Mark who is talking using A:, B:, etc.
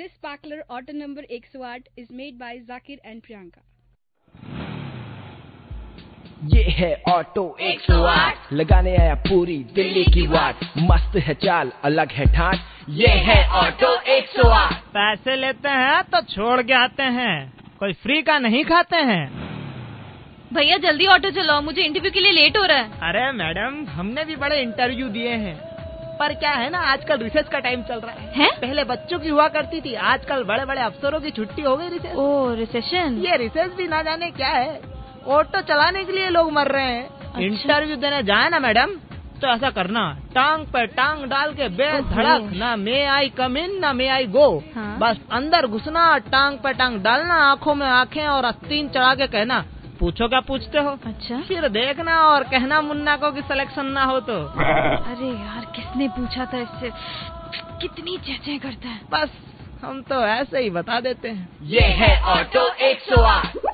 A: This sparkler auto number 108 is made by Zakir and Priyanka.
B: ये है auto 108 लगाने आया पूरी दिल्ली की वाट मस्त है चाल अलग है ठाट ये है ऑटो 108
C: पैसे लेते हैं तो छोड़ के आते हैं कोई फ्री का नहीं खाते हैं
D: भैया जल्दी ऑटो चलाओ मुझे इंटरव्यू के लिए लेट हो रहा है
C: अरे मैडम हमने भी बड़े इंटरव्यू दिए हैं पर क्या है ना आजकल रिसर्च का टाइम चल रहा है
D: हैं?
C: पहले बच्चों की हुआ करती थी आजकल बड़े बड़े अफसरों की छुट्टी हो गई रिसर्च
D: ओ रिसेशन
C: ये रिसर्च भी ना जाने क्या है ऑटो चलाने के लिए लोग मर रहे हैं
D: अच्छा।
C: इंटरव्यू देने जाए ना मैडम तो ऐसा करना टांग पर टांग डाल के बेधड़क
D: ओहो।
C: ना मे आई कम इन ना मे आई गो
D: हाँ।
C: बस अंदर घुसना टांग पर टांग डालना आंखों में आंखें और अस्तीन चढ़ा के कहना पूछो क्या पूछते हो
D: अच्छा
C: फिर देखना और कहना मुन्ना को कि सिलेक्शन ना हो तो
D: अरे यार किसने पूछा था इससे कितनी चेचे करता है
C: बस हम तो ऐसे ही बता देते हैं
B: ये है ऑटो 108